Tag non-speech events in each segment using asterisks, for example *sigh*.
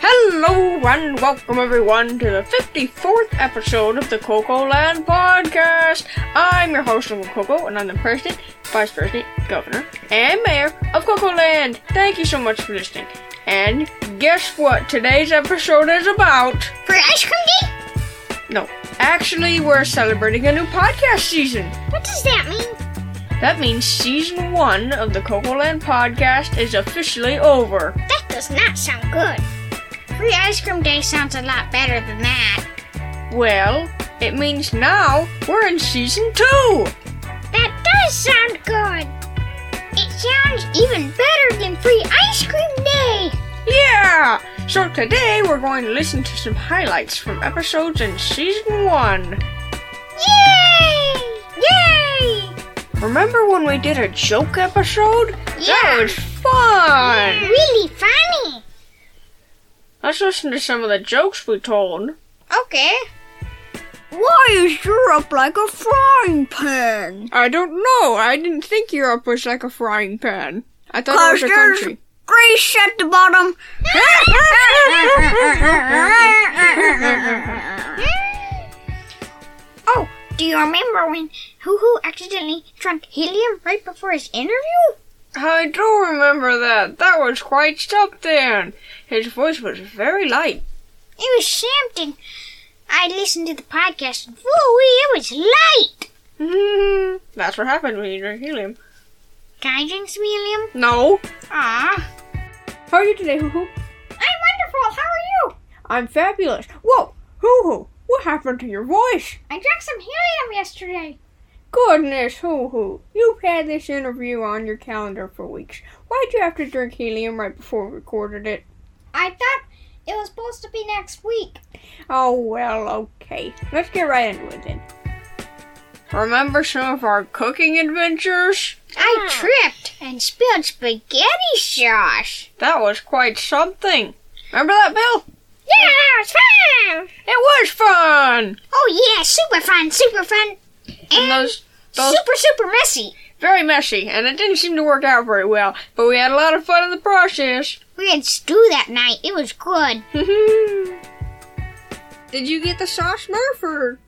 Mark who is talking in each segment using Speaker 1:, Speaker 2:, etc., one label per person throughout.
Speaker 1: Hello and welcome everyone to the 54th episode of the Coco Land Podcast. I'm your host, Uncle Coco, and I'm the president, vice president, governor, and mayor of Coco Land. Thank you so much for listening. And guess what today's episode is about?
Speaker 2: For ice cream day?
Speaker 1: No, actually, we're celebrating a new podcast season.
Speaker 2: What does that mean?
Speaker 1: That means season one of the Coco Land Podcast is officially over.
Speaker 2: That does not sound good. Free ice cream day sounds a lot better than that.
Speaker 1: Well, it means now we're in season two.
Speaker 2: That does sound good. It sounds even better than free ice cream day.
Speaker 1: Yeah! So today we're going to listen to some highlights from episodes in season one.
Speaker 2: Yay! Yay!
Speaker 1: Remember when we did a joke episode? That
Speaker 2: Yeah.
Speaker 1: was fun!
Speaker 2: Really funny.
Speaker 1: Let's listen to some of the jokes we told.
Speaker 2: *laughs* Okay.
Speaker 3: Why is Europe like a frying pan?
Speaker 1: I don't know. I didn't think Europe was like a frying pan. I thought it was a
Speaker 3: Clusters.
Speaker 1: country.
Speaker 3: Grease at the bottom.
Speaker 2: Oh, do you remember when Hoo Hoo accidentally drank helium right before his interview?
Speaker 1: I do remember that. That was quite something. His voice was very light. *laughs*
Speaker 2: It was something. I listened to the podcast and woo-wee, it was light.
Speaker 1: That's what happened when you drink helium.
Speaker 2: Guidance, William?
Speaker 1: No.
Speaker 2: Ah,
Speaker 3: How are you today, Hoo Hoo?
Speaker 2: I'm wonderful. How are you?
Speaker 3: I'm fabulous. Whoa, Hoo Hoo, what happened to your voice?
Speaker 2: I drank some helium yesterday.
Speaker 3: Goodness, Hoo Hoo, you've had this interview on your calendar for weeks. Why'd you have to drink helium right before we recorded it?
Speaker 2: I thought it was supposed to be next week.
Speaker 3: Oh, well, okay. Let's get right into it then.
Speaker 1: Remember some of our cooking adventures?
Speaker 2: I tripped and spilled spaghetti sauce.
Speaker 1: That was quite something. Remember that, Bill?
Speaker 2: Yeah, that was fun.
Speaker 1: It was fun.
Speaker 2: Oh yeah, super fun, super fun,
Speaker 1: And
Speaker 2: and
Speaker 1: those those
Speaker 2: super super messy.
Speaker 1: very messy, and it didn't seem to work out very well. But we had a lot of fun in the process. *laughs*
Speaker 2: We had stew that night. It was good.
Speaker 1: Did you get the sauce, Murph? Or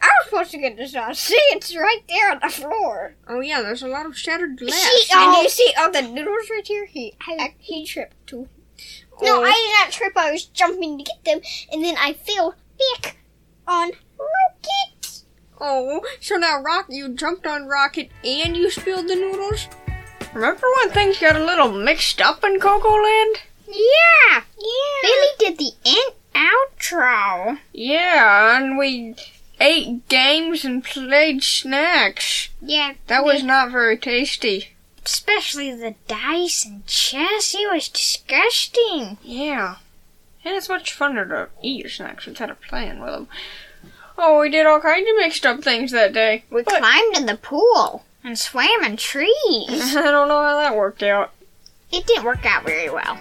Speaker 3: I was supposed to get this out. See, it's right there on the floor.
Speaker 1: oh yeah, there's a lot of shattered
Speaker 2: She-
Speaker 1: glass.
Speaker 2: oh,
Speaker 3: And you see all the noodles right here? He I, he tripped too.
Speaker 2: No, I did not trip. I was jumping to get them, and then I fell back on Rocket.
Speaker 3: Oh, so now Rock, you jumped on Rocket and you spilled the noodles?
Speaker 1: Remember when things got a little mixed up in Coco Land?
Speaker 2: Yeah, yeah. Billy did the in outro.
Speaker 1: Yeah, and we ate games and played snacks.
Speaker 2: Yeah,
Speaker 1: That was not very tasty.
Speaker 2: especially the dice and chess. It was disgusting.
Speaker 1: Yeah. And it's much funner to eat your snacks instead of playing with them. Oh, we did all kinds of mixed up things that day. *laughs*
Speaker 2: We
Speaker 1: But-
Speaker 2: climbed in the pool and swam in trees.
Speaker 1: I don't know how that worked out.
Speaker 2: it didn't work out very well.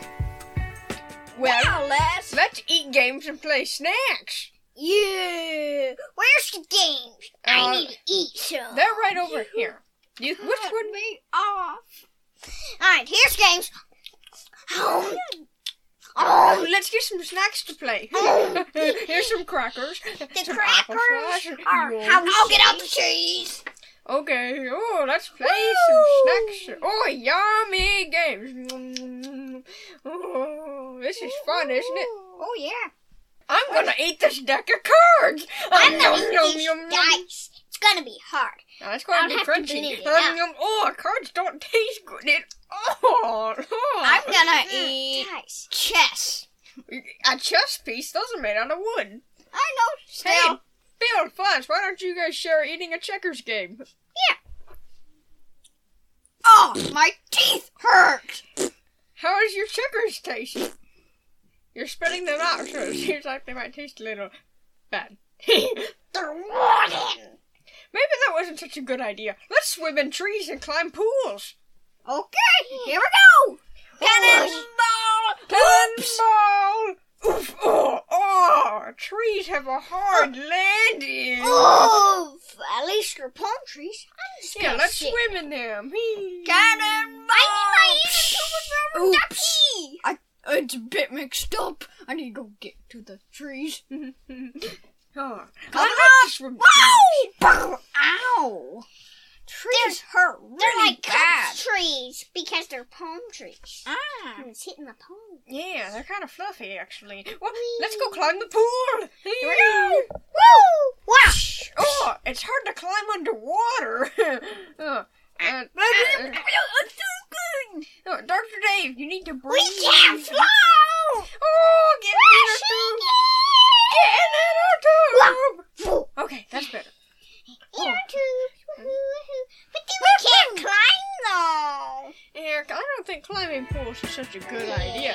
Speaker 3: Well, Les.
Speaker 1: let's eat games and play snacks.
Speaker 3: Yeah.
Speaker 2: Where's the games?
Speaker 1: Uh,
Speaker 2: I need to eat some.
Speaker 1: They're right over here. You, which one?
Speaker 3: be off.
Speaker 2: All right, here's games.
Speaker 1: Oh, let's get some snacks to play. *laughs* Here's some crackers.
Speaker 2: The
Speaker 1: some apple
Speaker 2: crackers
Speaker 1: slice,
Speaker 2: are
Speaker 1: and-
Speaker 2: how I'll get out the cheese.
Speaker 1: Okay, oh, let's play some snacks. Oh, yummy games. Oh, this is fun, isn't it?
Speaker 2: Oh yeah.
Speaker 1: I'm gonna eat this deck of cards.
Speaker 2: I'm gonna
Speaker 1: Oh, Yum,
Speaker 2: eat
Speaker 1: yum,
Speaker 2: these
Speaker 1: yum, yum.
Speaker 2: dice. It's gonna be hard.
Speaker 1: Now, it's going to
Speaker 2: I'll
Speaker 1: be
Speaker 2: have to blend
Speaker 1: crunchy.
Speaker 2: it
Speaker 1: Yum,
Speaker 2: up.
Speaker 1: yum. Oh, cards don't taste good at all.
Speaker 3: I'm gonna
Speaker 2: Mm,
Speaker 3: eat
Speaker 2: dice. Chess.
Speaker 1: *laughs* a chess piece. Those are made out of wood.
Speaker 2: I know.
Speaker 1: Hey, Bill, Flash, why don't you guys share eating a checkers game?
Speaker 2: Oh, my teeth hurt.
Speaker 1: How is your checkers taste? You're spitting them out, so it seems like they might taste a little bad. *laughs* Maybe
Speaker 2: They're rotten.
Speaker 1: that wasn't such a good idea. Let's swim in trees and climb pools.
Speaker 2: Okay, here we go.
Speaker 1: Cannonball! Oof! Oh, oh! Trees have a hard landing.
Speaker 2: Oh, at least they're palm trees. I'm just
Speaker 1: yeah,
Speaker 2: gonna
Speaker 1: let's
Speaker 2: sit.
Speaker 1: swim in them. Hee.
Speaker 2: I need my ears to
Speaker 3: Oops.
Speaker 2: pee.
Speaker 3: It's a bit mixed up.
Speaker 4: I need to go get to the trees.
Speaker 1: Oh,
Speaker 4: Come
Speaker 1: from
Speaker 4: Ow! Ow! Trees hurt
Speaker 2: They're
Speaker 4: really
Speaker 2: like
Speaker 4: bad.
Speaker 2: cup trees because they're palm trees.
Speaker 4: Ah.
Speaker 2: And it's hitting the palm.
Speaker 1: Yeah, they're kind of fluffy actually. Well, let's go climb the pool. Here we go.
Speaker 2: Woo! Wow!
Speaker 1: Oh, it's hard to climb underwater. *laughs* oh, and, uh, oh, Dr. Dave, you need to breathe.
Speaker 2: We can't float!
Speaker 1: Oh, get in our tube. Get in our tube. Okay, that's better.
Speaker 2: In
Speaker 4: Oh.
Speaker 2: our tubes. Woohoo, woohoo. But then we can't climb though.
Speaker 1: Eric, I don't think climbing pools is such a good idea.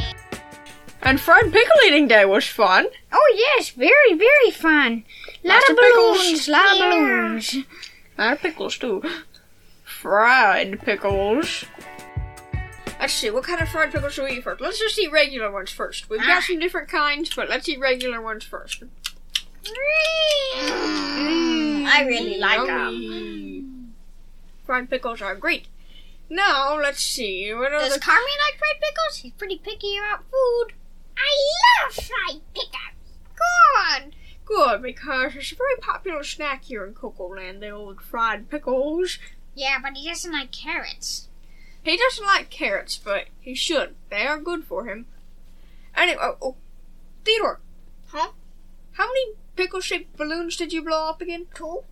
Speaker 1: And fried pickle eating day was fun.
Speaker 4: Oh yes, very very fun. Lot
Speaker 1: Lots
Speaker 4: of
Speaker 1: of pickles.
Speaker 4: balloons, lot of
Speaker 2: Yeah.
Speaker 4: balloons.
Speaker 1: I pickles too. Fried pickles. Let's see, what kind of fried pickles should we eat first? Let's just eat regular ones first. We've
Speaker 2: Ah.
Speaker 1: got some different kinds, but let's eat regular ones first.
Speaker 4: Mm.
Speaker 2: I really like um, them.
Speaker 1: Yummy. *gasps* Fried pickles are great. Now, let's see, what
Speaker 2: Does
Speaker 1: other...
Speaker 2: Carmen like fried pickles? He's pretty picky about food. I love fried pickles. Good.
Speaker 1: Good, because it's a very popular snack here in Cocoa Land, the old fried pickles.
Speaker 2: Yeah, but he doesn't like carrots.
Speaker 1: He doesn't like carrots, but he should. They are good for him. Anyway, oh, oh, Theodore.
Speaker 2: Huh?
Speaker 1: How many pickle-shaped balloons did you blow up again?
Speaker 2: Two.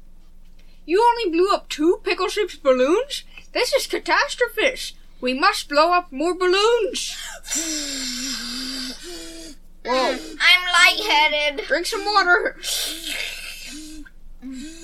Speaker 1: You only blew up two pickle-shaped balloons? This is catastrophic. We must blow up more
Speaker 2: *laughs*
Speaker 1: balloons. Whoa.
Speaker 2: I'm lightheaded.
Speaker 1: Drink some water.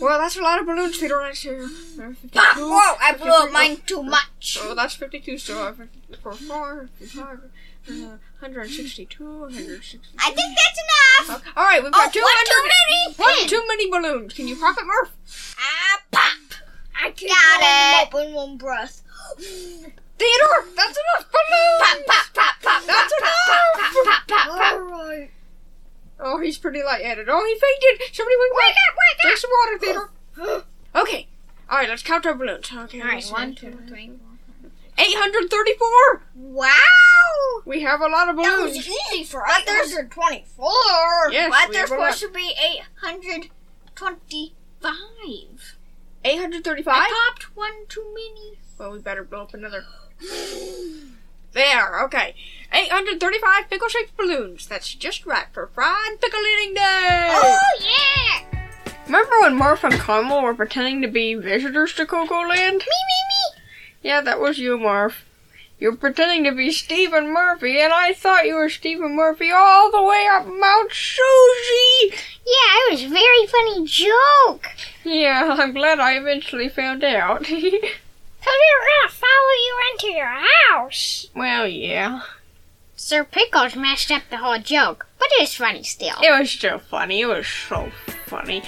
Speaker 1: Well, that's a lot of balloons, Theodore. That's uh, 52.
Speaker 2: Ah, whoa, I blew up mine too much.
Speaker 1: Oh, that's 52, so I have 44, 55, uh, 162, 160.
Speaker 2: I think that's enough.
Speaker 1: All right, we've
Speaker 2: Oh,
Speaker 1: got
Speaker 2: one too
Speaker 1: 200.
Speaker 2: many.
Speaker 1: One too many balloons. Can you pop it, Murph?
Speaker 2: Ah, pop. I got it. Open one breath.
Speaker 1: Theodore, that's enough balloons.
Speaker 2: Pop, pop, pop, pop.
Speaker 1: That's
Speaker 2: pop,
Speaker 1: enough.
Speaker 2: Pop, pop, pop, pop, pop.
Speaker 1: Oh, he's pretty lightheaded. Oh, he fainted. Somebody wake, wake up, wake up. Drink some water, Theodore.
Speaker 2: *gasps*
Speaker 1: okay. All right, let's count our balloons. Okay. All right,
Speaker 2: One, two, three.
Speaker 1: 834.
Speaker 2: Wow.
Speaker 1: We have a lot of
Speaker 2: That was
Speaker 1: balloons.
Speaker 2: easy for us. There's a 24.
Speaker 1: Yes,
Speaker 2: but
Speaker 1: we
Speaker 2: there's
Speaker 1: overlap.
Speaker 2: supposed to be 825.
Speaker 1: 835.
Speaker 2: Popped one too many.
Speaker 1: Well, we better blow up another. there, okay. 835 pickle shaped balloons. That's just right for fried pickle eating day!
Speaker 2: *laughs* Oh, yeah!
Speaker 1: Remember when Murph and Carmel were pretending to be visitors to Coco Land?
Speaker 2: Me, me, me!
Speaker 1: Yeah, that was you, Murph. You're pretending to be Stephen Murphy, and I thought you were Stephen Murphy all the way up Mount Susie!
Speaker 2: Yeah, it was a very funny joke.
Speaker 1: Yeah, *laughs* I'm glad I eventually found out. *laughs*
Speaker 2: Cause we were gonna follow you into your house.
Speaker 1: well, yeah.
Speaker 2: Sir Pickles messed up the whole joke, but it was funny still.
Speaker 1: It was so funny. It was so funny.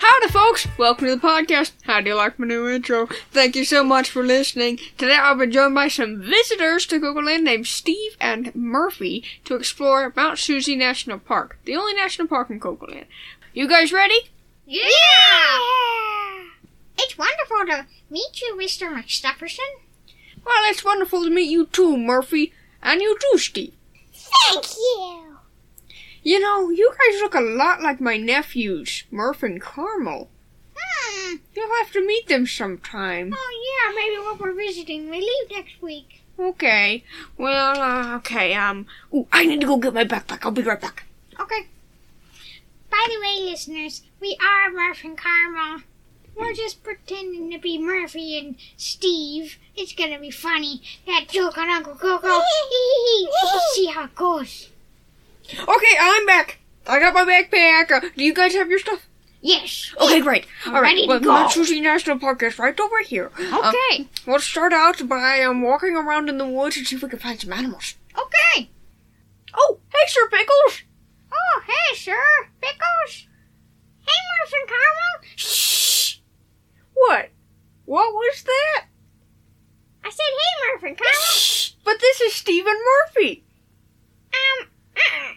Speaker 1: Howdy, folks! Welcome to the podcast. How do you like my new intro? Thank you so much for listening. Today I'll be joined by some visitors to Google Land named Steve and Murphy to explore Mount Susie National Park, the only national park in Google Land. You guys ready?
Speaker 2: Yeah! It's wonderful to meet you, Mr. McStufferson.
Speaker 1: Well, it's wonderful to meet you too, Murphy, and you too, Steve.
Speaker 2: Thank you.
Speaker 1: You know, you guys look a lot like my nephews, Murph and Carmel.
Speaker 2: Hmm.
Speaker 1: You'll have to meet them sometime.
Speaker 2: Oh yeah, maybe when we're visiting, we leave next week.
Speaker 1: Okay. Well, uh, okay. Um. Ooh, I need to go get my backpack. I'll be right back.
Speaker 2: Okay. By the way, listeners, we are Murph and Carmel. We're just pretending to be Murphy and Steve. It's gonna be funny. That joke on Uncle Coco. *laughs* we'll see how it goes.
Speaker 1: Okay, I'm back. I got my backpack. Uh, do you guys have your stuff?
Speaker 2: Yes.
Speaker 1: Okay, great. All right.
Speaker 2: ready to
Speaker 1: well,
Speaker 2: go.
Speaker 1: Mount Susie National Park is right over here. Um,
Speaker 2: Okay.
Speaker 1: we'll start out by um, walking around in the woods and see if we can find some animals.
Speaker 2: Okay.
Speaker 1: Oh, hey, Sir Pickles.
Speaker 2: Oh, hey, sir. Pickles. Hey, Murph and Carmel. Shh.
Speaker 1: What? What was that?
Speaker 2: I said, hey, Murph and Carmel.
Speaker 1: But this is Stephen Murphy.
Speaker 2: Um, uh-uh.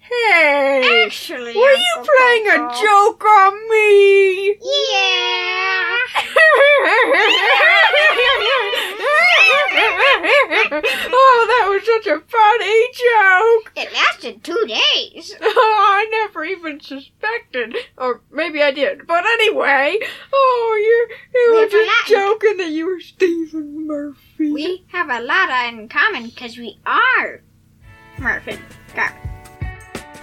Speaker 1: Hey.
Speaker 4: Actually,
Speaker 1: Were you playing a joke on me?
Speaker 2: Yeah. *laughs*
Speaker 1: oh, that was such a fun funny joke.
Speaker 2: It lasted two days.
Speaker 1: Oh, I never even suspected, or maybe I did. But anyway, oh, you you were
Speaker 2: We've
Speaker 1: just
Speaker 2: forgotten.
Speaker 1: joking that you were Stephen Murphy.
Speaker 4: We have a lot in common because we are Murphy.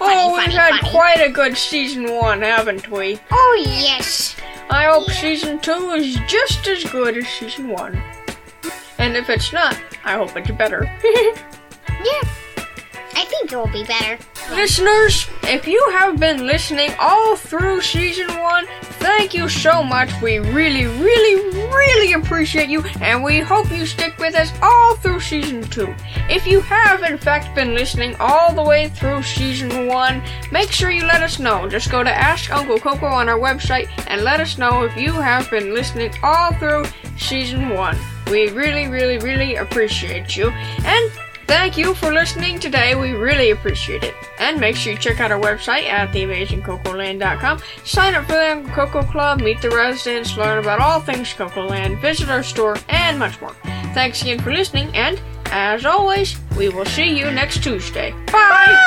Speaker 1: oh,
Speaker 2: funny,
Speaker 1: we've had
Speaker 2: funny.
Speaker 1: quite a good season one, haven't we?
Speaker 2: Oh, yes.
Speaker 1: I hope season two is just as good as season one. And if it's not, I hope it's better.
Speaker 2: I think it will be better.
Speaker 1: Listeners, if you have been listening all through season one, thank you so much. We really, really, really appreciate you, and we hope you stick with us all through season two. If you have, in fact, been listening all the way through season one, make sure you let us know. Just go to Ask Uncle Coco on our website and let us know if you have been listening all through season one. We really, really, really appreciate you. And Thank you for listening today. We really appreciate it. And make sure you check out our website at theamazingcocoland.com. Sign up for the Uncle Coco Club, meet the residents, learn about all things Coco Land, visit our store, and much more. Thanks again for listening, and as always, we will see you next Tuesday. Bye.